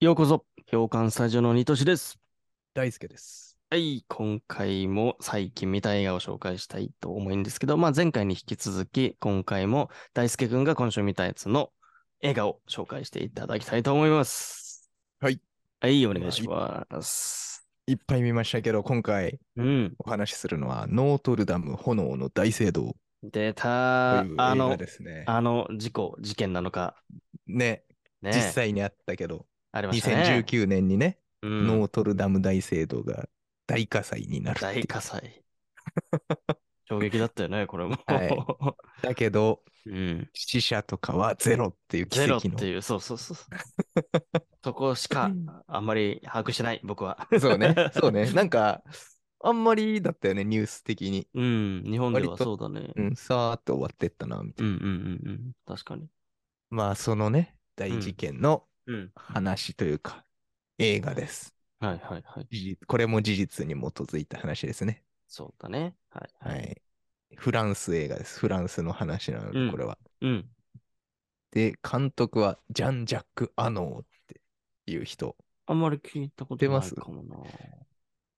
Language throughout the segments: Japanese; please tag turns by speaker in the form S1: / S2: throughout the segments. S1: ようこそ、評館スタジオのニトシです。
S2: 大輔です。
S1: はい、今回も最近見た映画を紹介したいと思うんですけど、まあ、前回に引き続き、今回も大輔くんが今週見たやつの映画を紹介していただきたいと思います。
S2: はい。
S1: はい、お願いします。
S2: いっぱい見ましたけど、今回
S1: うん、
S2: お話しするのは、ノートルダム炎の大聖堂
S1: 出
S2: と
S1: た
S2: いう映。
S1: あ
S2: 画
S1: の、
S2: ですね。
S1: あの事故、事件なのか、
S2: ね、
S1: ね、
S2: 実際にあったけど、
S1: ありましたね。
S2: 2019年にね、
S1: うん
S2: ノートルダム大聖堂が大火災になるっていう
S1: 大火 災。衝撃だったよね、これも。
S2: はだけど、
S1: うん。
S2: 死者とかはゼロっていう奇
S1: ゼロっ
S2: 跡
S1: て
S2: の。
S1: いう、そうそう そう。そこしかあんまり把握してない、僕は。
S2: そ うね、そうね。なんか、あんまりだったよね、ニュース的に。
S1: うん、日本では
S2: 割と
S1: そうだね。
S2: うん、さーっと終わってったな、みた
S1: う
S2: い
S1: んうん
S2: な。
S1: うんうん。確かに。
S2: まあ、そのね、大事件の
S1: うん。
S2: 話というか、映画です。
S1: はいはいはい。
S2: 事実これも事実に基づいた話ですね。
S1: そうだね。はい
S2: は
S1: はい。
S2: い。フランス映画です。フランスの話なの
S1: うん
S2: で、これは。
S1: うん。
S2: で、監督はジャン・ジャック・アノーっていう人。
S1: あんまり聞いたこと
S2: 出
S1: ない
S2: ます
S1: かもな。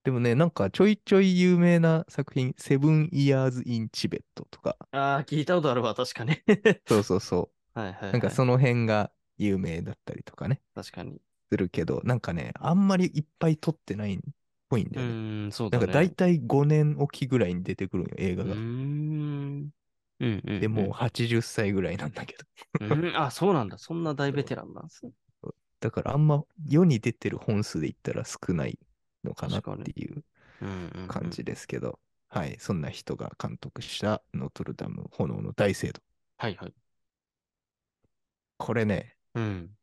S2: でもね、なんかちょいちょい有名な作品、セブン・イヤーズ・イン・チベットとか、
S1: ああ、聞いたことあるわ、確かに。
S2: そうそうそ
S1: はいはい、は
S2: う。
S1: い。
S2: なんかその辺が有名だったりとかね、
S1: 確かに。
S2: するけど、なんかね、あんまりいっぱい撮ってないっぽいん
S1: う
S2: だよね。
S1: ーん、そうだ
S2: なん
S1: ね。
S2: か大体5年おきぐらいに出てくるんよ、映画
S1: うー
S2: が。
S1: ん。うんうん、うん。
S2: で、もう80歳ぐらいなんだけど。
S1: うんあ、そうなんだ。そんな大ベテランなんですね。
S2: だからあんま世に出てる本数で言ったら少ないのかなっ
S1: 確かに
S2: ていう
S1: うんうんうん
S2: 感じ。ですけど、はい、そんな人が監督したノートルダム炎の大聖堂。
S1: はいはい。
S2: これね、
S1: うん。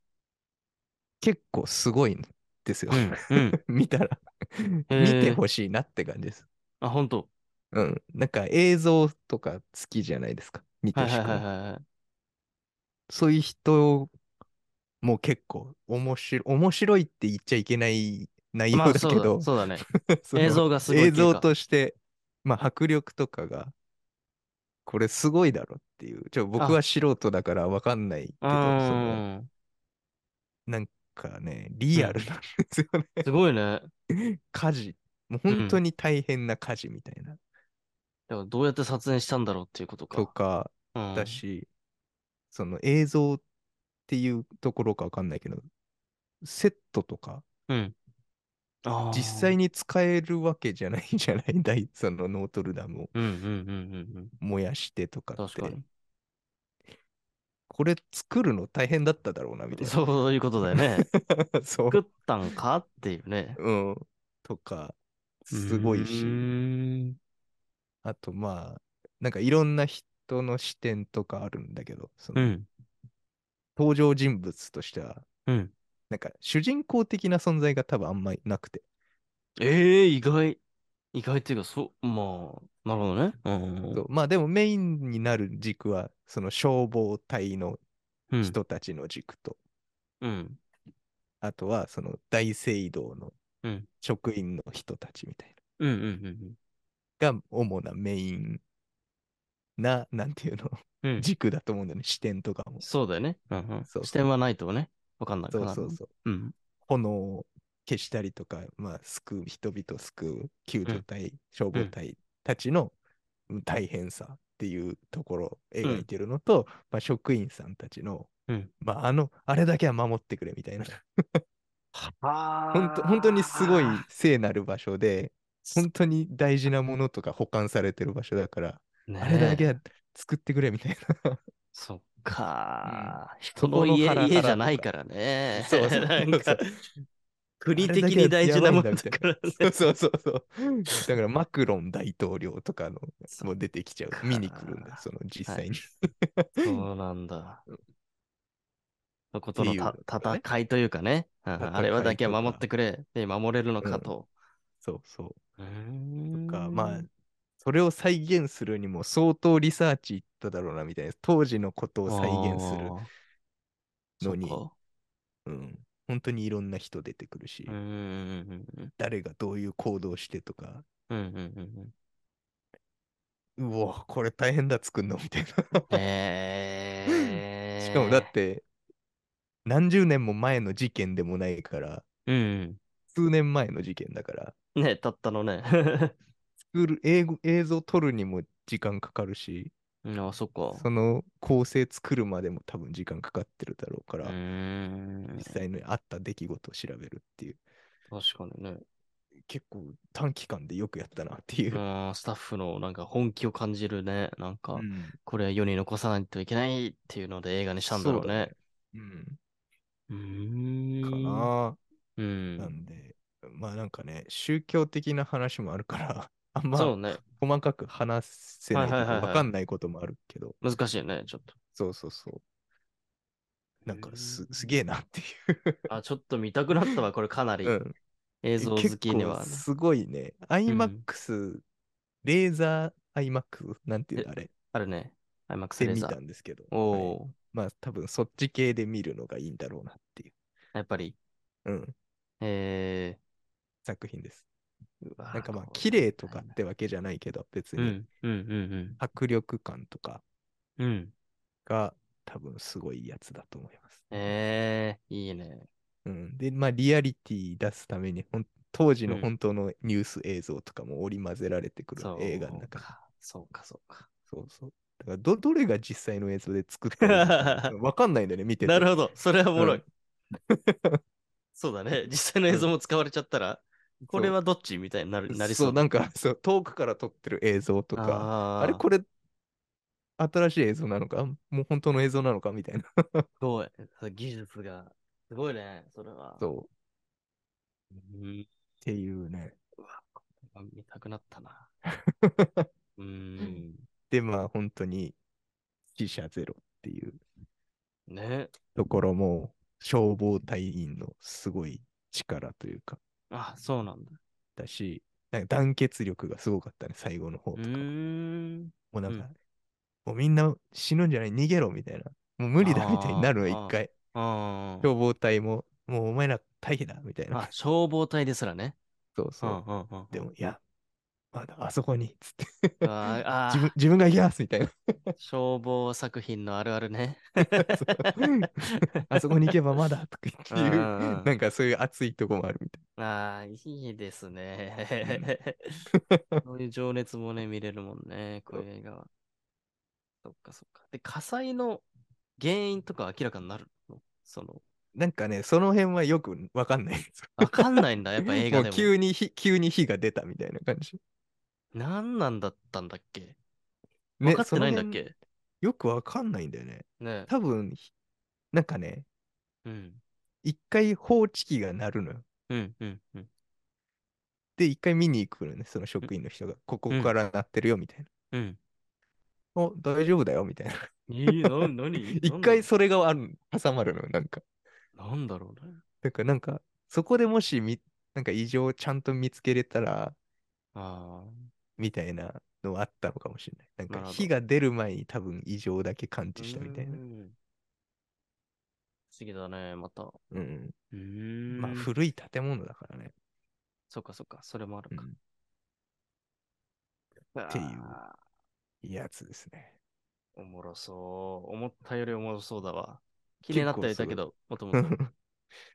S2: 結構すごいんですよ
S1: う。ん。うん。
S2: 見たら、
S1: へー
S2: 見てほしいなって感じです。
S1: あ、本当。
S2: うん。なんか映像とか好きじゃないですか。見て
S1: はい
S2: ほし
S1: はい
S2: く
S1: は
S2: ないい。
S1: はいはい。
S2: そういう人も結構面白い、面白いって言っちゃいけない内
S1: ま
S2: 容
S1: あ
S2: だけ
S1: そう
S2: ど
S1: だ、そうだね。
S2: その
S1: 映像がすごいってい
S2: 映
S1: うか。
S2: 像として、まあ、迫力とかが、これすごいだろっていう。ちょ僕
S1: あ
S2: は素人だからわかんないけど、
S1: う
S2: その
S1: ん。
S2: かね、リアルなんですよね。
S1: すごいね。
S2: 火事。もう本当に大変な火事みたいな。
S1: だからどうやって撮影したんだろうっていうことか。
S2: とか
S1: うん
S2: だし、その映像っていうところかわかんないけど、セットとか、
S1: あー
S2: 実際に使えるわけじゃないじゃない、 大そのノートルダムを
S1: うんうんうんうんうん。
S2: 燃やしてとかっ
S1: 確か
S2: て
S1: に。。
S2: これ作るの大変だっただろうな、みたいな。
S1: そういうことだよ ね。
S2: そう
S1: 作ったんかっていうね。
S2: うん。とか、すごいうし、
S1: ーん
S2: あとまあ、なんかいろんな人の視点とかあるんだけど、そうの
S1: ん。
S2: 登場人物としては、
S1: うん。
S2: なんか主人公的な存在が多分あんまりなくて、
S1: ええ、意外。意外っていうか、そう、まあ、なるほどね。うん
S2: そうまあでもメインになる軸は、その消防隊の
S1: うん。
S2: 人たちの軸と、
S1: うん。
S2: あとはその大聖堂の
S1: うん
S2: 職員の人たちみたい
S1: うんうんうん
S2: な、が主なメインな、なんていうの、
S1: うん。うん。
S2: 軸だと思うんだよね、視点とかも。
S1: そうだよね。うんうん
S2: そうそう
S1: 視点はないとね、わかんないか
S2: そう
S1: ら。
S2: そうそう。
S1: うん。
S2: 炎を消したりとか、まあ、救う人々を救う救助隊、消防隊たちのうん大変さっていうところを描いてるのと、まあ、職員さんたちの、
S1: うん
S2: まあ、あのあれだけは守ってくれみたいな
S1: 本
S2: 本当本当にすごい聖なる場所で本当に大事なものとか保管されてる場所だから、
S1: ね
S2: あれだけ
S1: え
S2: は作ってくれみたいな
S1: そっか、人
S2: そ
S1: の
S2: この
S1: 家
S2: ハラハラ
S1: 家じゃないからね。
S2: そうそ う
S1: なん
S2: そ
S1: か
S2: うそう
S1: 国的に大事なものだからね。
S2: そうそ うそうそう。だからマクロン大統領とかの
S1: そ
S2: もう出てきちゃ
S1: か
S2: う。見に来るんだよ、その実際に。
S1: そうなんだ。のこと
S2: っていう
S1: の
S2: の
S1: た
S2: がね
S1: 戦いというかね、うん
S2: 戦いとか
S1: あれはだけは守ってくれ、で守れるのかと。
S2: そうそうう。
S1: ん
S2: とか、まあ、それを再現するにも相当リサーチいっただろうなみたいな。当時のことを再現する
S1: あー
S2: のに
S1: そっか
S2: うん。本当にいろんな人出てくるし、
S1: うんうんうん
S2: 誰がどういう行動してとか、
S1: うんうんうんうんうん。
S2: うお、これ大変だ、作んのみたいな。
S1: えー、
S2: しかもだって、何十年も前の事件でもないから、
S1: うん。
S2: 数年前の事件だから、
S1: ねたったのね。
S2: 作る映画映像撮るにも時間かかるし、
S1: うんあ、そっか。
S2: その構成作るまでも多分時間かかってるだろうか
S1: う
S2: ら、
S1: ーん。
S2: 実際にあった出来事を調べるっていう、
S1: 確かにね。
S2: 結構短期間でよくやったなっていう。
S1: うんスタッフのなんか本気を感じるね。なんか、
S2: うん
S1: これは世に残さないといけないっていうので映画にしたんだろうね。
S2: うん
S1: う
S2: か
S1: ーん。
S2: な、
S1: う。
S2: なんんで、まあなんかね、宗教的な話もあるから、 あんま
S1: そうね。
S2: 細かく話せないと
S1: はいはいはいはい
S2: 分かんないこともあるけど、
S1: 難しいね、ちょっと。
S2: そうそうそう。なんか
S1: う
S2: す
S1: ん
S2: すげえなってい
S1: あ、ちょっと見たくなった わ、これかなり
S2: う。。うん
S1: 映像好きには
S2: 結構。すごいね。IMAX、レーザー IMAX なんていうのあれ
S1: あるね。IMAX
S2: で
S1: レー
S2: 見
S1: ザ
S2: た
S1: ー。
S2: んですけど。
S1: お
S2: はい
S1: お
S2: まあ多分そっち系で見るのがいいんだろうなっていう、
S1: ー、やっぱり。
S2: うん、
S1: え
S2: 作品です。
S1: ー、うわー
S2: なんかまあ
S1: これ
S2: 綺麗とかってわけじゃないけど、別
S1: う
S2: に
S1: ん、うん、うん、
S2: 迫力感とか
S1: うん。うん。
S2: が多分すごいやつだと思います。
S1: えー、いいね。
S2: うん、で、まあリアリティ出すためにほん当時
S1: う
S2: の
S1: ん
S2: 本当のニュース映像とかも織り交ぜられてくる
S1: そう
S2: 映画の中に
S1: か。そうか、そうか。
S2: そうそう。だからど、どれが実際の映像で作ったのか わかんないんだよね、見てて。
S1: なる
S2: ほ
S1: ほど。それはおもろい。
S2: う
S1: そうだね。実際の映像も使われちゃったら、これはどっちみたいになるなりそう。
S2: なんかそう、遠くから撮ってる映像とか、あ
S1: あ
S2: れ
S1: れ
S2: これ、新しい映像なのかもう本当の映像なのかみたいな。
S1: すごい。技術が。すごいね、それは。う。
S2: そう。
S1: ん、
S2: っていうね。
S1: 見たくなった な。うーん。
S2: で、まあ本当に死者ゼロっていう
S1: ね。
S2: ところも、消防隊員のすごい力というか、
S1: あ、そうなんだ。
S2: だし、なんか団結力がすごかったね、最後の方
S1: う
S2: とかは。
S1: ーん。
S2: もうなんか、
S1: うん
S2: もうみんな死ぬんじゃない逃げろみたいな。もう無理だ
S1: あー
S2: みたいになるの
S1: あ
S2: よ、
S1: ー
S2: 一回。
S1: あー
S2: 消防隊も、もうお前ら大変だみたい
S1: あ
S2: な。
S1: 消防隊ですらね。
S2: そうそうう。
S1: んうんうん
S2: でも、いや、まだあそこに、つって。
S1: うんあ
S2: 自分
S1: ー
S2: 自分が行きますみたいな。
S1: あー、消防作品のあるあるね。
S2: あそこに行けばまだとかっていう、
S1: うんうんうん
S2: なんかそういう熱いとこもあるみたい
S1: ああ、いいですね。 そういう情熱もね、見れるもんね、こういう映画は。そっかそっか。で、火災の原因とか明らかになるのその、
S2: な。なんかね、その辺はよくわかんないです。
S1: わかんないんだ、やっぱ映画
S2: も
S1: で
S2: う
S1: も。
S2: 急に火急に火が出たみたいな感じ。
S1: 何なんだったんだっけ
S2: ね
S1: 分かってないんだっ
S2: その辺
S1: け
S2: よくわかんないんだよね。
S1: ね。
S2: 多分、ひなんかね、
S1: うん。
S2: 一回放置機が鳴るのよ。
S1: うんうんうん。
S2: で、一回見に行くのよね、その職員の人が。ここから鳴ってるよ、みたい
S1: う
S2: な。
S1: ん。
S2: お、大丈夫だよ、 みたいな。
S1: いいな、 何
S2: 一回
S1: なんだ
S2: それがある挟まるのよ、なんか。
S1: なんだろうね。
S2: だから、なんか、そこでもしみ、なんか異常をちゃんと見つけれたら、
S1: ああ。
S2: みたいなのはあったのかもしれない。なん
S1: なる
S2: か、
S1: ほど
S2: 火が出る前に多分異常だけ感知したみたいな
S1: う。ん不思議だね、また。う
S2: うん。
S1: ーん。
S2: まあ、古い建物だからね。
S1: そっかそっか、それもあるか
S2: うん。
S1: って
S2: いういいやつですね。
S1: おもろそう。思ったよりおもろそうだわ。綺麗になってはいたけど、もとも と。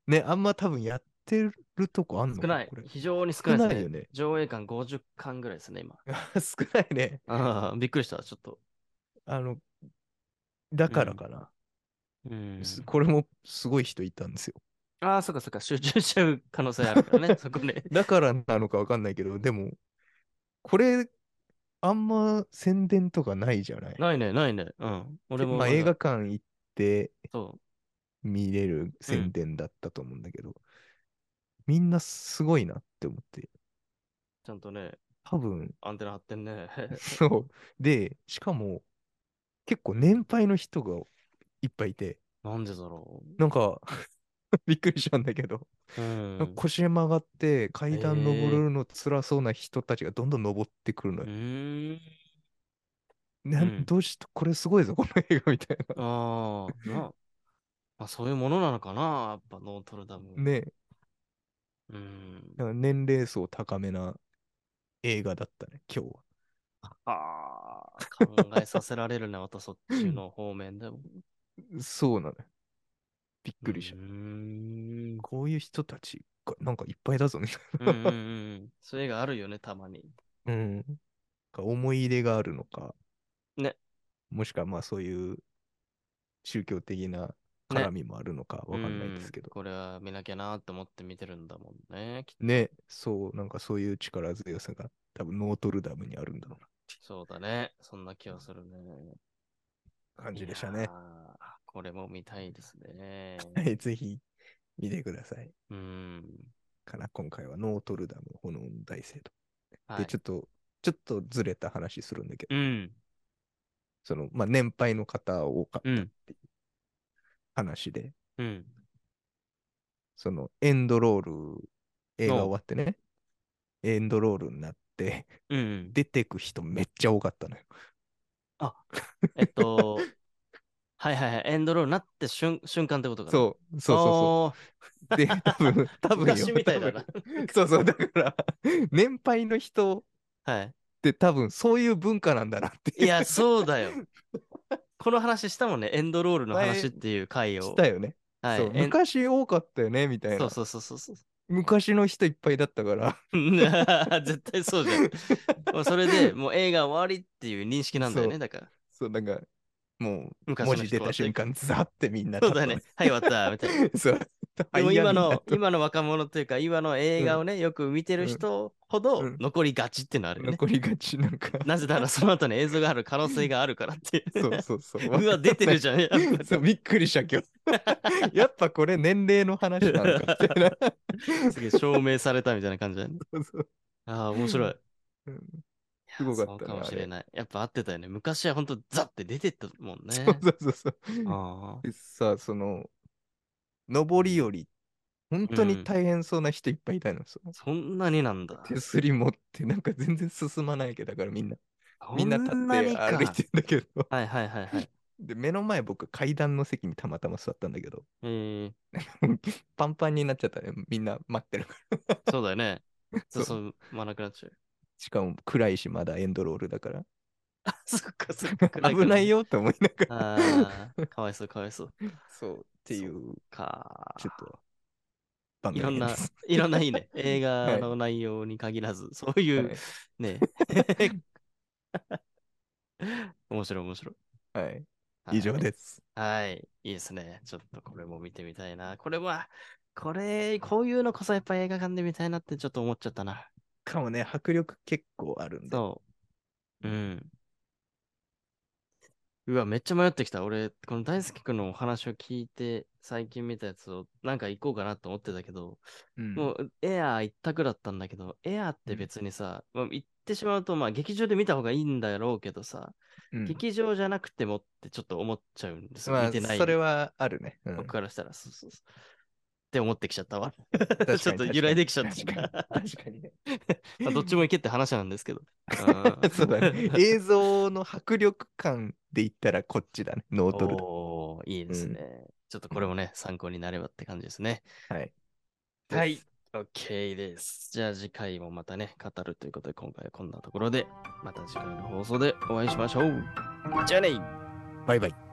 S2: ね、あんま多分やってるとこあんのか
S1: 少ない
S2: これ。
S1: 非常に少
S2: 少
S1: ない
S2: な
S1: で
S2: い
S1: す
S2: よ
S1: ね。
S2: ね。
S1: 上映館50巻ぐらいですね、今。
S2: 少ないね。
S1: ああ、びっくりした、ちょっと。
S2: あの、だからかな。
S1: うん、
S2: す これもすごい人いたん ですよ。
S1: ああ、そっかそっか、集中しちゃう可能性ある からね、そこね。
S2: だからなのかわかんないけど、でも、これ、あんま宣伝とかないじゃない。
S1: ないね、ないね。うん。俺も
S2: ま
S1: ま
S2: あ、
S1: だ。
S2: 映画館行って
S1: そ
S2: 見れる宣伝だったと思うんだけど、みんなすごいなって思って。
S1: う。ちゃんとね、
S2: 多分、
S1: アンテナ張ってんね。
S2: そう。で、しかも、結構年配の人がいっぱいいて、
S1: なんでだろう。
S2: なんか びっくりしたんだけど、
S1: うん。
S2: なんか腰曲がって階段登るの辛そうな人たちがどんどん登ってくるの
S1: う
S2: よ。
S1: ーん。
S2: な
S1: うん
S2: どうしたこれすごいぞ、こ の映画みたいな。
S1: ああ、な。まあ、そういうものなのかな、やっぱノートルダム。
S2: ね
S1: うん。
S2: なんか年齢層高めな映画だったね、今日は。
S1: ああ、考えさせられるね、またそっちの方面でも。
S2: そうなのよ。びっくりした。
S1: うーん
S2: こういう人たちがなんかいっぱいだぞみたい
S1: うんうんうんうん。そういう映画あるよね、たまに。
S2: な。うん。が思い入れがあるのか。
S1: ね。
S2: もしくはまあそういう宗教的な絡みもあるのかわかんないですけど
S1: うん。これは見なきゃなと思って見てるんだもんね。きっ
S2: ね、そう、なんかそういう力強さが多分ノートルダムにあるんだろう
S1: とそうだね。そんな気はするね。
S2: な感じでした
S1: い
S2: ね
S1: や。ー。これも見たいです ね。
S2: はい、ぜひ見てください。
S1: うん。
S2: かな、今回はノートルダム、炎の大聖堂。
S1: は
S2: で、
S1: い。
S2: ちょっと、ちょっとずれた話するんだけど、
S1: うん。
S2: その、まあ、年配の方多か
S1: う
S2: った
S1: ん
S2: 話で、
S1: うん。
S2: その、エンドロール、映画終わってね、エンドロールになって、
S1: うん。
S2: 出てく人めっちゃ多かったのよ。
S1: えっと、はいはいはい。エンドロールになって瞬瞬間ってことかな。う。
S2: そう、そうそうそう。で、多分、多分よ。
S1: 昔みたいだな
S2: 多分 そうそう、だから、年配の人
S1: は
S2: って多分そういう文化なんだなって
S1: い。いや、そうだ よ。この話したもんね。エンドロールの
S2: 前
S1: 話っていう回を。
S2: したよね、
S1: はい。
S2: そう
S1: エン
S2: 昔多かったよねみたいな
S1: そうそうそうそう そう。
S2: 昔の人いっぱいだったから
S1: 絶対そう じゃん。もうそれでもう映画終わりっていう認識なんだよ
S2: そ
S1: ね。
S2: う
S1: だから。
S2: そうなんかもう
S1: 昔の
S2: 文
S1: 人
S2: 字出た瞬間ザってみんな
S1: そうだね。はい、終わった。みた
S2: 立っ
S1: いな。
S2: てそう
S1: でも今の、
S2: 早いな
S1: 今の若者というか、今の映画をね、よく見てる人ほど
S2: うん
S1: 残りがちってのあるよね。
S2: 残りがちな んか
S1: なぜならその後に映像がある可能性があるからっていう。
S2: そうそうそう
S1: うわ、出てるじゃん。やっぱり
S2: そうびっくりした今 日やっぱこれ年齢の話なのかみたいな
S1: すげえ証明されたみたいな感じだ よね。
S2: そうそう
S1: あ あ、面白い。
S2: うん
S1: いや
S2: すごかっ
S1: そ
S2: た
S1: うか
S2: な
S1: もし
S2: あ
S1: れ
S2: れ
S1: ない。やっぱ合ってたよね。昔は本当ザって出てったもんね。
S2: そうそうそう
S1: あ
S2: でさその上りより本当に大変そうな人いっぱいいたの、その
S1: あ、そんなになんだ。
S2: 手すり持ってなんか全然進まないけどだからみんな みんな立
S1: そなに
S2: って
S1: か
S2: 歩いてんだけど
S1: はいはいはいはい。
S2: で目の前僕階段の席にたまたま座ったんだけど
S1: えー、
S2: パンパンになっちゃったねみんな待ってる から
S1: そうだよね。
S2: そう
S1: 進まなくなっちゃう。
S2: しかも暗いしまだエンドロールだから
S1: あ、そっかそっか。暗
S2: 危ない
S1: よ。
S2: よと思いながら
S1: ああ、かわいそうかわいそう。
S2: そうっていう
S1: か
S2: ちょっと場
S1: いろん
S2: 面
S1: な
S2: です、
S1: いろんないいね。映画の内容に限らず、そうい
S2: は
S1: う
S2: い
S1: ね。 面白い面白い。
S2: はい、
S1: はい
S2: 以上です
S1: はい。いいですね。ちょっとこれも見てみたいな。これは、これ、こういうのこそやっぱ映画館で見たいなってちょっと思っちゃったな。
S2: かもね迫力結構あるんで
S1: そう。うん。うわ、めっちゃ迷ってきた。俺、この大輔君のお話を聞いて、最近見たやつをなんか行こうかなと思ってたけど、
S2: うん
S1: もうエアー一択だったんだけど、エアーって別にさ、まあ、行ってしまうと、まあ劇場で見た方がいいんだろうけどさ、
S2: うん
S1: 劇場じゃなくてもってちょっと思っちゃうんですよ。
S2: まあ
S1: 見てない
S2: それはあるね、うん
S1: 僕からしたら、そうそうそう。って思ってきちゃったわ。
S2: 確 かに
S1: ちょっと由来できちゃった
S2: 確かに確かに ね
S1: まあどっちも行けって話なんですけ ど。
S2: そうだ ね。映像の迫力感で言ったらこっちだね。ノートルダ
S1: おーいいですね、ちょっとこれもね、参考になればって感じですね。
S2: ム。はい。
S1: はい。OK です。じゃあ次回もまたね、語るということで、今回はこんなところで、また次回の放送でお会いしましょう。じゃあね
S2: バイバイ。